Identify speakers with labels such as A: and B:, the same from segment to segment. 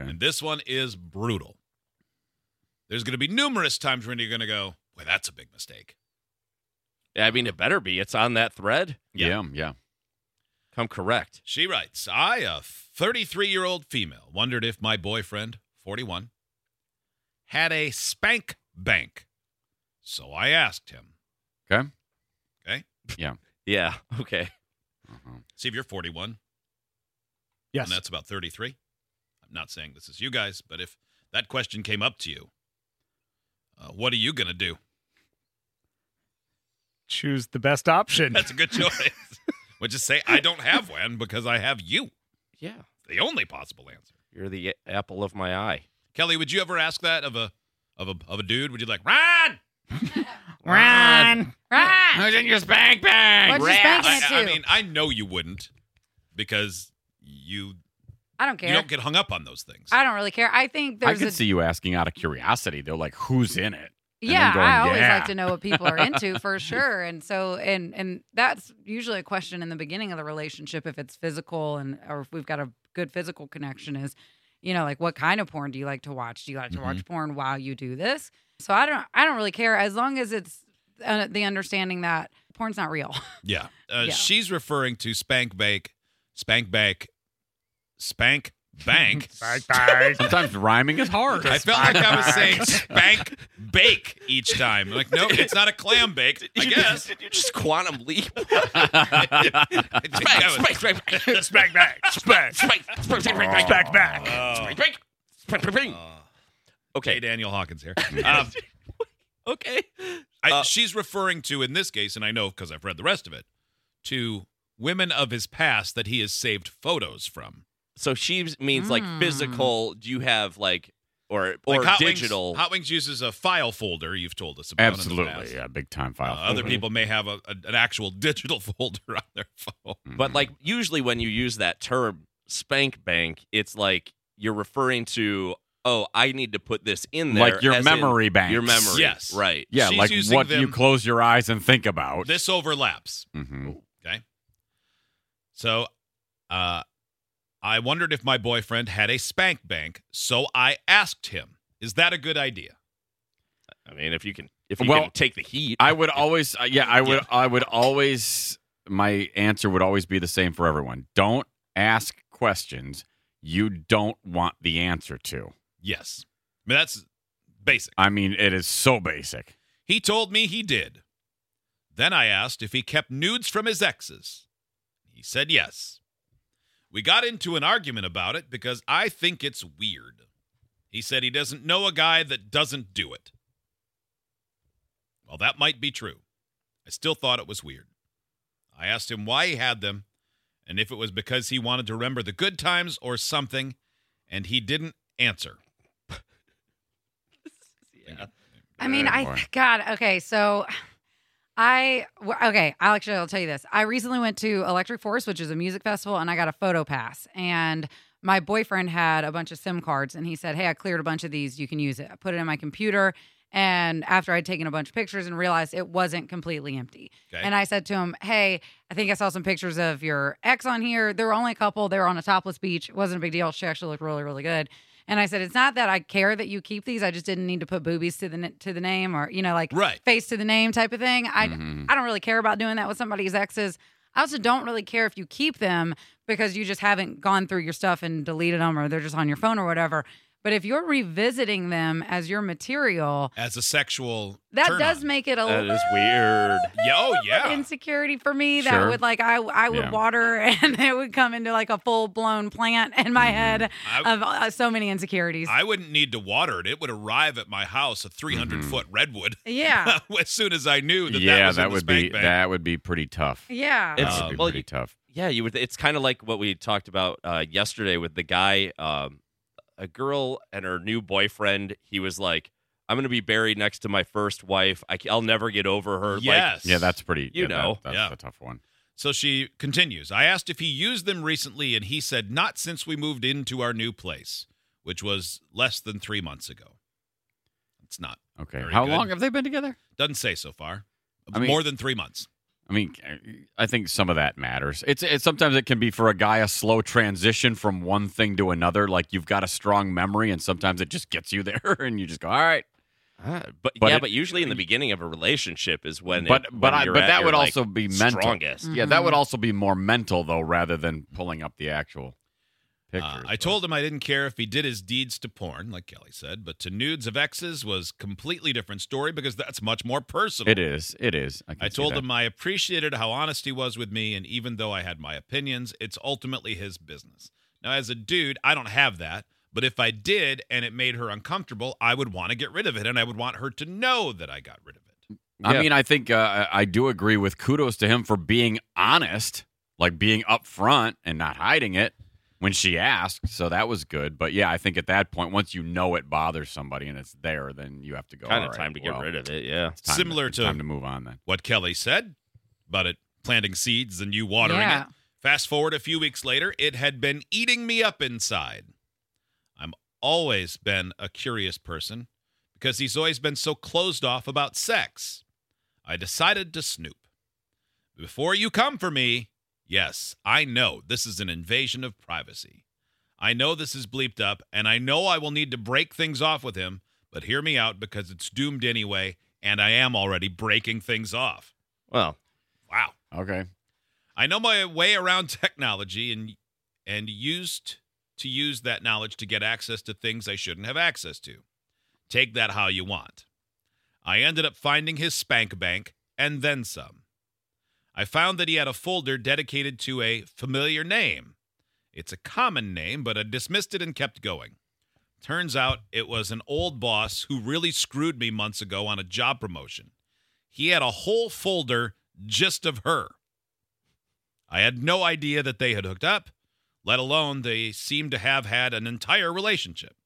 A: Okay.
B: And this one is brutal. There's going to be numerous times when you're going to go, "Well, that's a big mistake."
C: I mean, it better be. It's on that thread.
B: Yeah.
A: Yeah. yeah,
C: Come correct.
B: She writes, "I, a 33-year-old female, wondered if my boyfriend, 41, had a spank bank. So I asked him.
A: Okay.
C: Yeah. Okay.
A: Uh-huh.
B: See if you're 41.
D: Yes.
B: And that's about 33. I'm not saying this is you guys, but if that question came up to you, uh, what are you going to do?
D: Choose the best option.
B: That's a good choice. Would just say, I don't have one because I have you.
C: Yeah.
B: The only possible answer.
C: You're the apple of my eye.
B: Kelly, would you ever ask that of a of a of a dude? Would you like Ron?
A: Ron,
E: Right.
A: who's in your spank bank?
E: What'd you spank
B: I,
E: it to?
B: I
E: I,
B: mean, I know you wouldn't because you
E: don't
B: you
E: care.
B: don't get hung up on those things.
E: I don't really care. I think
A: I
E: there's
A: could
E: a
A: see you asking out of curiosity. They're like, who's in it? and then
E: yeah.
A: going,
E: I always
A: "Yeah."
E: like to know what people are into for sure, and so and and that's usually a question in the beginning of the relationship if it's physical and or if we've got a good physical connection is, you know, like what kind of porn do you like to watch? Do you like to watch
A: Mm-hmm.
E: porn while you do this? So I don't I don't really care as long as it's uh, the understanding that porn's not real.
B: Yeah. Uh,
E: Yeah.
B: She's referring to Spank Bank, Spank Bank, Spank Bank.
A: Sometimes rhyming is hard.
B: I felt like I was saying spank bake each time. Like, no, it's not a clam bake. I guess.
C: You just quantum leap.
B: I think that was-
D: Smack back. Smack. Smack back.
B: Oh. Hey,
C: Okay.
B: Uh, Daniel Hawkins here. Um,
C: Okay.
B: I,
C: Uh,
B: she's referring to, in this case, and I know because I've read the rest of it, to women of his past that he has saved photos from.
C: So she means like
D: Hmm.
E: Mm.
C: physical. Do you have like or
B: Like
C: or
B: Hot Wings-
C: digital?
B: Hot Wings uses a file folder. You've told us about. in the past.
A: Absolutely. Yeah, big time
B: Uh,
A: file.
B: other
A: folder.
B: people may have a, a- an actual digital folder on their phone.
A: Mm-hmm.
C: But like usually when you use that term spank bank, it's like you're referring to oh, I need to put this in there.
A: Like your
C: as in
A: memory banks.
C: Your memory.
B: Yes.
C: Right.
A: Yeah,
B: She's
A: like
B: using
A: what
B: them-
A: you close your eyes and think about.
B: This overlaps.
A: Mhm.
B: So, uh, I wondered if my boyfriend had a spank bank, so I asked him, "Is that a good idea?"
C: I mean, if you can if you
A: Well,
C: can take the heat.
A: I would always, uh, yeah, I would, I would always. My answer would always be the same for everyone. Don't ask questions you don't want the answer to.
B: Yes. I mean, that's basic.
A: I mean, it is so basic.
B: He told me he did. Then I asked if he kept nudes from his exes. He said yes. We got into an argument about it because I think it's weird. He said he doesn't know a guy that doesn't do it. Well, that might be true. I still thought it was weird. I asked him why he had them and if it was because he wanted to remember the good times or something, and he didn't answer.
E: I mean,
A: Oh,
E: I
A: boy.
E: God. Okay, so I w- okay. I'll actually I'll tell you this. I recently went to Electric Forest, which is a music festival, and I got a photo pass. And my boyfriend had a bunch of SIM cards, and he said, "Hey, I cleared a bunch of these. You can use it." I put it in my computer, and after I'd taken a bunch of pictures and realized it wasn't completely empty,
B: Okay.
E: and I said to him, Hey, I think I saw some pictures of your ex on here. There were only a couple. They were on a topless beach. It wasn't a big deal. She actually looked really, really good. And I said, It's not that I care that you keep these. I just didn't need to put boobies to the n- to the name or, you know, like
B: Right. Mm-hmm.
E: face to the name type of thing. I
A: Mhm.
E: I don't really care about doing that with somebody's exes. I also don't really care if you keep them because you just haven't gone through your stuff and deleted them or they're just on your phone or whatever. But if you're revisiting them as your material,
B: As a sexual
E: that
B: turn
E: does
B: on.
E: make it a
C: that
E: little
C: is weird.
B: Yeah, oh,
E: of
B: yeah.
E: insecurity for me that
A: Sure.
E: would like I I would
A: Yeah.
E: water and it would come into like a full blown plant in my head
B: I,
E: of uh, so many insecurities.
B: Mm-hmm. I wouldn't need to water it. It would arrive at my house a 300
A: Mhm.
B: foot redwood
E: yeah,
B: as soon as I knew that
A: yeah,
B: that was in the
A: would
B: spank
A: be
B: bank.
A: that would be pretty tough.
E: yeah.
C: It's-
A: that would be
C: well,
A: pretty
C: you-
A: tough.
C: Yeah, you would. It's kind of like what we talked about uh, yesterday with the guy um, a girl and her new boyfriend. He was like, "I'm gonna be buried next to my first wife. I, will never get over her." Like,
B: Yes.
A: Yeah, that's pretty. yeah,
C: You
A: that-
C: know.
A: that's
B: Yeah.
A: a tough one.
B: So she continues I asked if he used them recently, and he said, Not since we moved into our new place, which was less than three months ago. It's not.
A: Okay.
B: Very
A: How
B: good.
A: long have they been together?
B: Doesn't say so far.
A: I mean-
B: More than three months.
A: I mean, I think some of that matters. It's, it's sometimes it can be for a guy a slow transition from one thing to another. Like you've got a strong memory, and sometimes it just gets you there, and you just go, "All right."
C: Ah, but,
A: But
C: yeah,
A: it-
C: but usually in the beginning of a relationship is when. it-
A: but
C: when
A: but I,
C: you're
A: but
C: at
A: that
C: your,
A: would
C: like,
A: also be mental.
C: strongest.
A: Yeah, that would
E: Mhm.
A: also be more mental though, rather than pulling up the actual pictures.
B: Uh, I
A: but-
B: told him I didn't care if he did his deeds to porn, like Kelly said, but to nudes of exes was completely different story because that's much more personal.
A: It is. It is. I, can
B: I
A: see
B: told
A: that.
B: him I appreciated how honest he was with me, and even though I had my opinions, it's ultimately his business. Now, as a dude, I don't have that, but if I did and it made her uncomfortable, I would want to get rid of it, and I would want her to know that I got rid of it.
A: I
C: Yeah.
A: mean, I think uh, I I do agree with kudos to him for being honest, like being upfront and not hiding it when she asked. So that was good. But yeah, I think at that point, once you know it bothers somebody and it's there, then you have to go.
C: Kind of time to get rid of it. Yeah.
A: It's time
B: Similar
A: it's
B: to-
A: time to move on. Then
B: What Kelly said about it planting seeds and you watering
E: Yeah.
B: it. Fast forward a few weeks later, it had been eating me up inside. I'm always been a curious person because he's always been so closed off about sex. I decided to snoop. Before you come for me, yes, I know this is an invasion of privacy. I know this is bleeped up, and I know I will need to break things off with him, but hear me out because it's doomed anyway, and I am already breaking things off.
C: Well,
B: Wow.
A: okay.
B: I know my way around technology and and used to use that knowledge to get access to things I shouldn't have access to. Take that how you want. I ended up finding his spank bank and then some. I found that he had a folder dedicated to a familiar name. It's a common name, but I dismissed it and kept going. Turns out it was an old boss who really screwed me months ago on a job promotion. He had a whole folder just of her. I had no idea that they had hooked up, let alone they seemed to have had an entire relationship.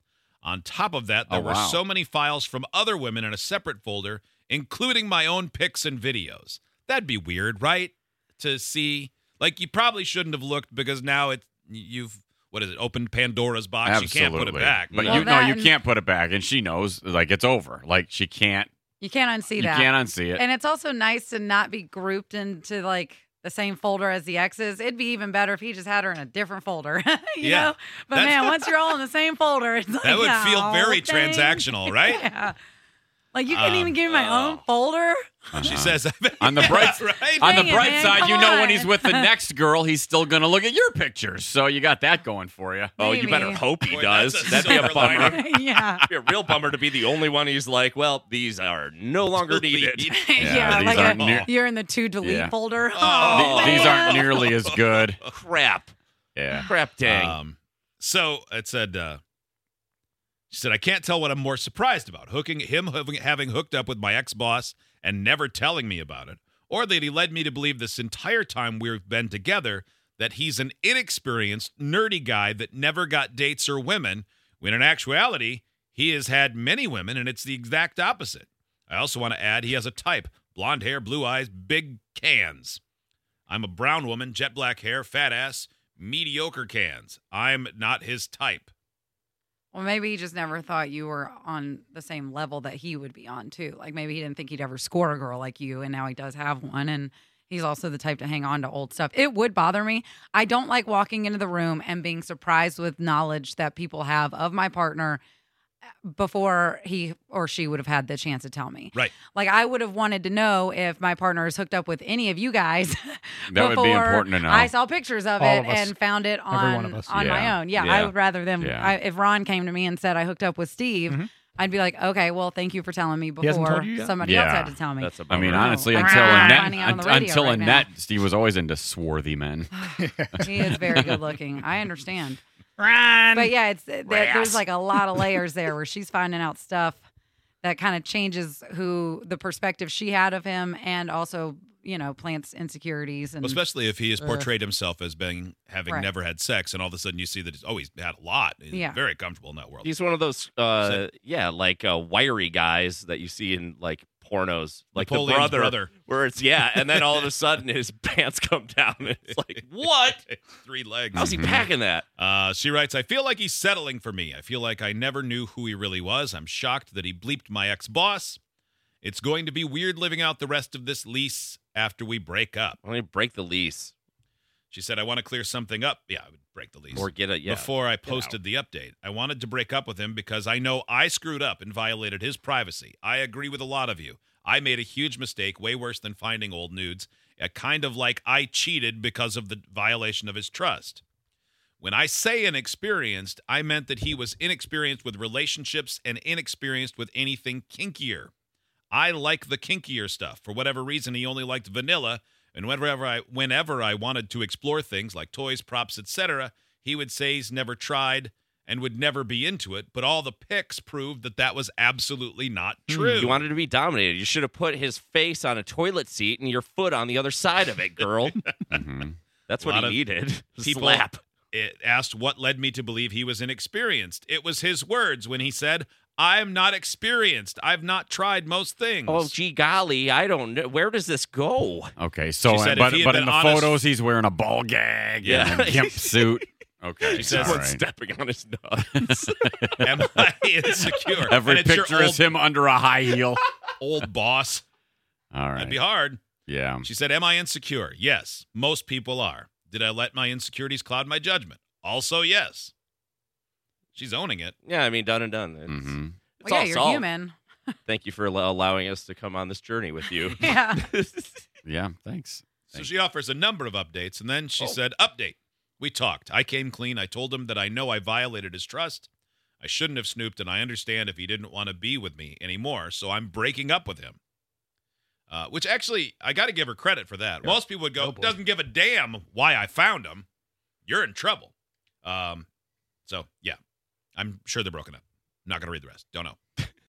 B: On top of that, there
A: Oh,
B: were
A: wow.
B: so many files from other women in a separate folder, including my own pics and videos. That'd be weird, right? To see, like, you probably shouldn't have looked because now it you've what is it? Opened Pandora's box.
A: Absolutely.
B: You can't put it back.
A: But
E: Well,
A: you
E: that
A: no, you
E: and-
A: can't put it back, and she knows. Like it's over. Like she can't.
E: You can't unsee
A: you
E: that.
A: can't unsee it.
E: And it's also nice to not be grouped into like the same folder as the exes. It'd be even better if he just had her in a different folder, you
B: Yeah.
E: know? But
B: That's-
E: man, once you're all in the same folder, it's like,
B: that would feel
E: "Aw,
B: very
E: thanks."
B: transactional, right?
E: Yeah. Like you can't
B: Um,
E: even give me my own
C: oh.
E: folder.
A: Uh-huh.
B: She says
A: On the bright-
B: right?
A: on the
E: Dang it,
A: bright
E: man,
A: side,
E: come
A: you know when
E: on.
A: he's with the next girl, he's still going to look at your pictures. So you got that going for you.
C: oh, you better
E: Maybe.
C: hope he
B: Boy,
C: does.
B: that's a
C: That'd be a
B: silver
C: bummer.
B: lining.
E: yeah.
C: It'd be a real bummer to be the only one who's like, well, these are no longer needed.
E: Yeah,
A: these
E: like a-
A: aren't near-
E: you're in the to delete
A: Yeah.
E: folder.
B: Oh,
A: Th- these
E: man.
A: aren't nearly as good.
C: Crap.
A: Yeah.
C: Crap dang.
B: Um, so it said, uh, she said, I can't tell what I'm more surprised about hooking him having, having hooked up with my ex boss and never telling me about it, or that he led me to believe this entire time we've been together that he's an inexperienced, nerdy guy that never got dates or women, when in actuality, he has had many women and it's the exact opposite. I also want to add he has a type blonde hair, blue eyes, big cans. I'm a brown woman, jet black hair, fat ass, mediocre cans. I'm not his type.
E: Well, maybe he just never thought you were on the same level that he would be on too. Like maybe he didn't think he'd ever score a girl like you, and now he does have one. And he's also the type to hang on to old stuff. It would bother me. I don't like walking into the room and being surprised with knowledge that people have of my partner uh, before he or she would have had the chance to tell me.
B: Right.
E: Like I would have wanted to know if my partner is hooked up with any of you guys.
A: That would be
E: before
A: important to know.
E: I saw pictures of
D: All
E: it
D: of us.
E: and found it
D: Every
E: on
D: one of us.
E: on my
A: Yeah.
E: own. Yeah, I
A: Yeah.
E: would rather them.
A: Yeah.
E: I, if Ron came to me and said I hooked up with Steve,
D: Mhm.
E: I'd be like, okay, well, thank you for telling me
D: hasn't told
E: before
D: you yet?
E: somebody else
A: Yeah.
E: had to tell me.
C: That's a
A: I
C: bummer.
A: mean,
E: Wow.
A: honestly,
E: Wow.
A: until
E: Wow.
A: Annette,
E: Finding out on the radio
A: until
E: right now.
A: Annette, Steve was always into swarthy men.
E: he is very good looking. I understand. Ron, but yeah, it's there, there's like a lot of layers there where she's finding out stuff that kind of changes who the perspective she had of him, and also you know plants insecurities and
B: especially if he has
E: Ugh.
B: portrayed himself as being having
E: Right.
B: never had sex, and all of a sudden you see that he's always he's had a lot. He's
E: Yeah.
B: very comfortable in that world.
C: He's one of those, uh, yeah, like uh, wiry guys that you see in like pornos, like the
B: Napoleon's
C: brother, where it's yeah, and then all of a sudden his pants come down. And it's like, what?
B: three legs.
C: How's he packing that?
B: Uh, she writes, I feel like he's settling for me. I feel like I never knew who he really was. I'm shocked that he bleeped my ex boss. It's going to be weird living out the rest of this lease after we break up.
C: Let me break the lease
B: She said, I want to clear something up. Yeah, I would break the lease.
C: or get a yeah.
B: Before I posted the update, I wanted to break up with him because I know I screwed up and violated his privacy. I agree with a lot of you. I made a huge mistake, way worse than finding old nudes. A kind of like I cheated because of the violation of his trust. When I say inexperienced, I meant that he was inexperienced with relationships and inexperienced with anything kinkier. I like the kinkier stuff. For whatever reason, he only liked vanilla, and whenever I whenever I wanted to explore things like toys, props, etc., he would say he's never tried and would never be into it, but all the pics proved that that was absolutely not true.
C: Hmm, You wanted to be dominated. You should have put his face on a toilet seat and your foot on the other side of it, girl.
A: hmm
C: That's
B: Lot
C: what he
B: of
C: needed.
B: Mm-hmm. people-
C: Slap.
B: it asked what led me to believe he was inexperienced. It was his words when he said, "I'm not experienced. I've not tried most things."
C: Oh, gee golly, I don't know. Where does this go?
A: Okay, so
B: She said
A: but,
B: if he had
A: but in
B: been
A: the
B: honest-
A: photos he's wearing a ball gag
C: Yeah.
A: and a gimp suit. Okay,
B: She says-
A: all
C: Someone's
A: right.
C: stepping on his nuts.
B: Am I insecure?
A: every
B: and it's your
A: picture
B: old,
A: is him under a high heel.
B: old boss.
A: All
B: That'd
A: right,
B: be hard.
A: yeah,
B: She said, Am I insecure? Yes, most people are. Did I let my insecurities cloud my judgment? Also, yes. She's owning it.
C: yeah, I mean, done and done. It's,
B: Mm-hmm.
A: hmm
C: it's
E: well, yeah
C: all
E: you're
C: solved.
E: human
C: Thank you for al- allowing us to come on this journey with you.
E: yeah
A: yeah. Thanks.
B: So
A: Thank
B: she offers a number of updates, and then she
C: Oh.
B: said, Update. We talked. I came clean. I told him that I know I violated his trust. I shouldn't have snooped, and I understand if he didn't want to be with me anymore, so I'm breaking up with him. Uh, which actually, I got to give her credit for that. Most people would go,
D: Oh, boy.
B: doesn't give a damn why I found him. You're in trouble. Um, so, yeah, I'm sure they're broken up. I'm not going to read the rest. Don't know.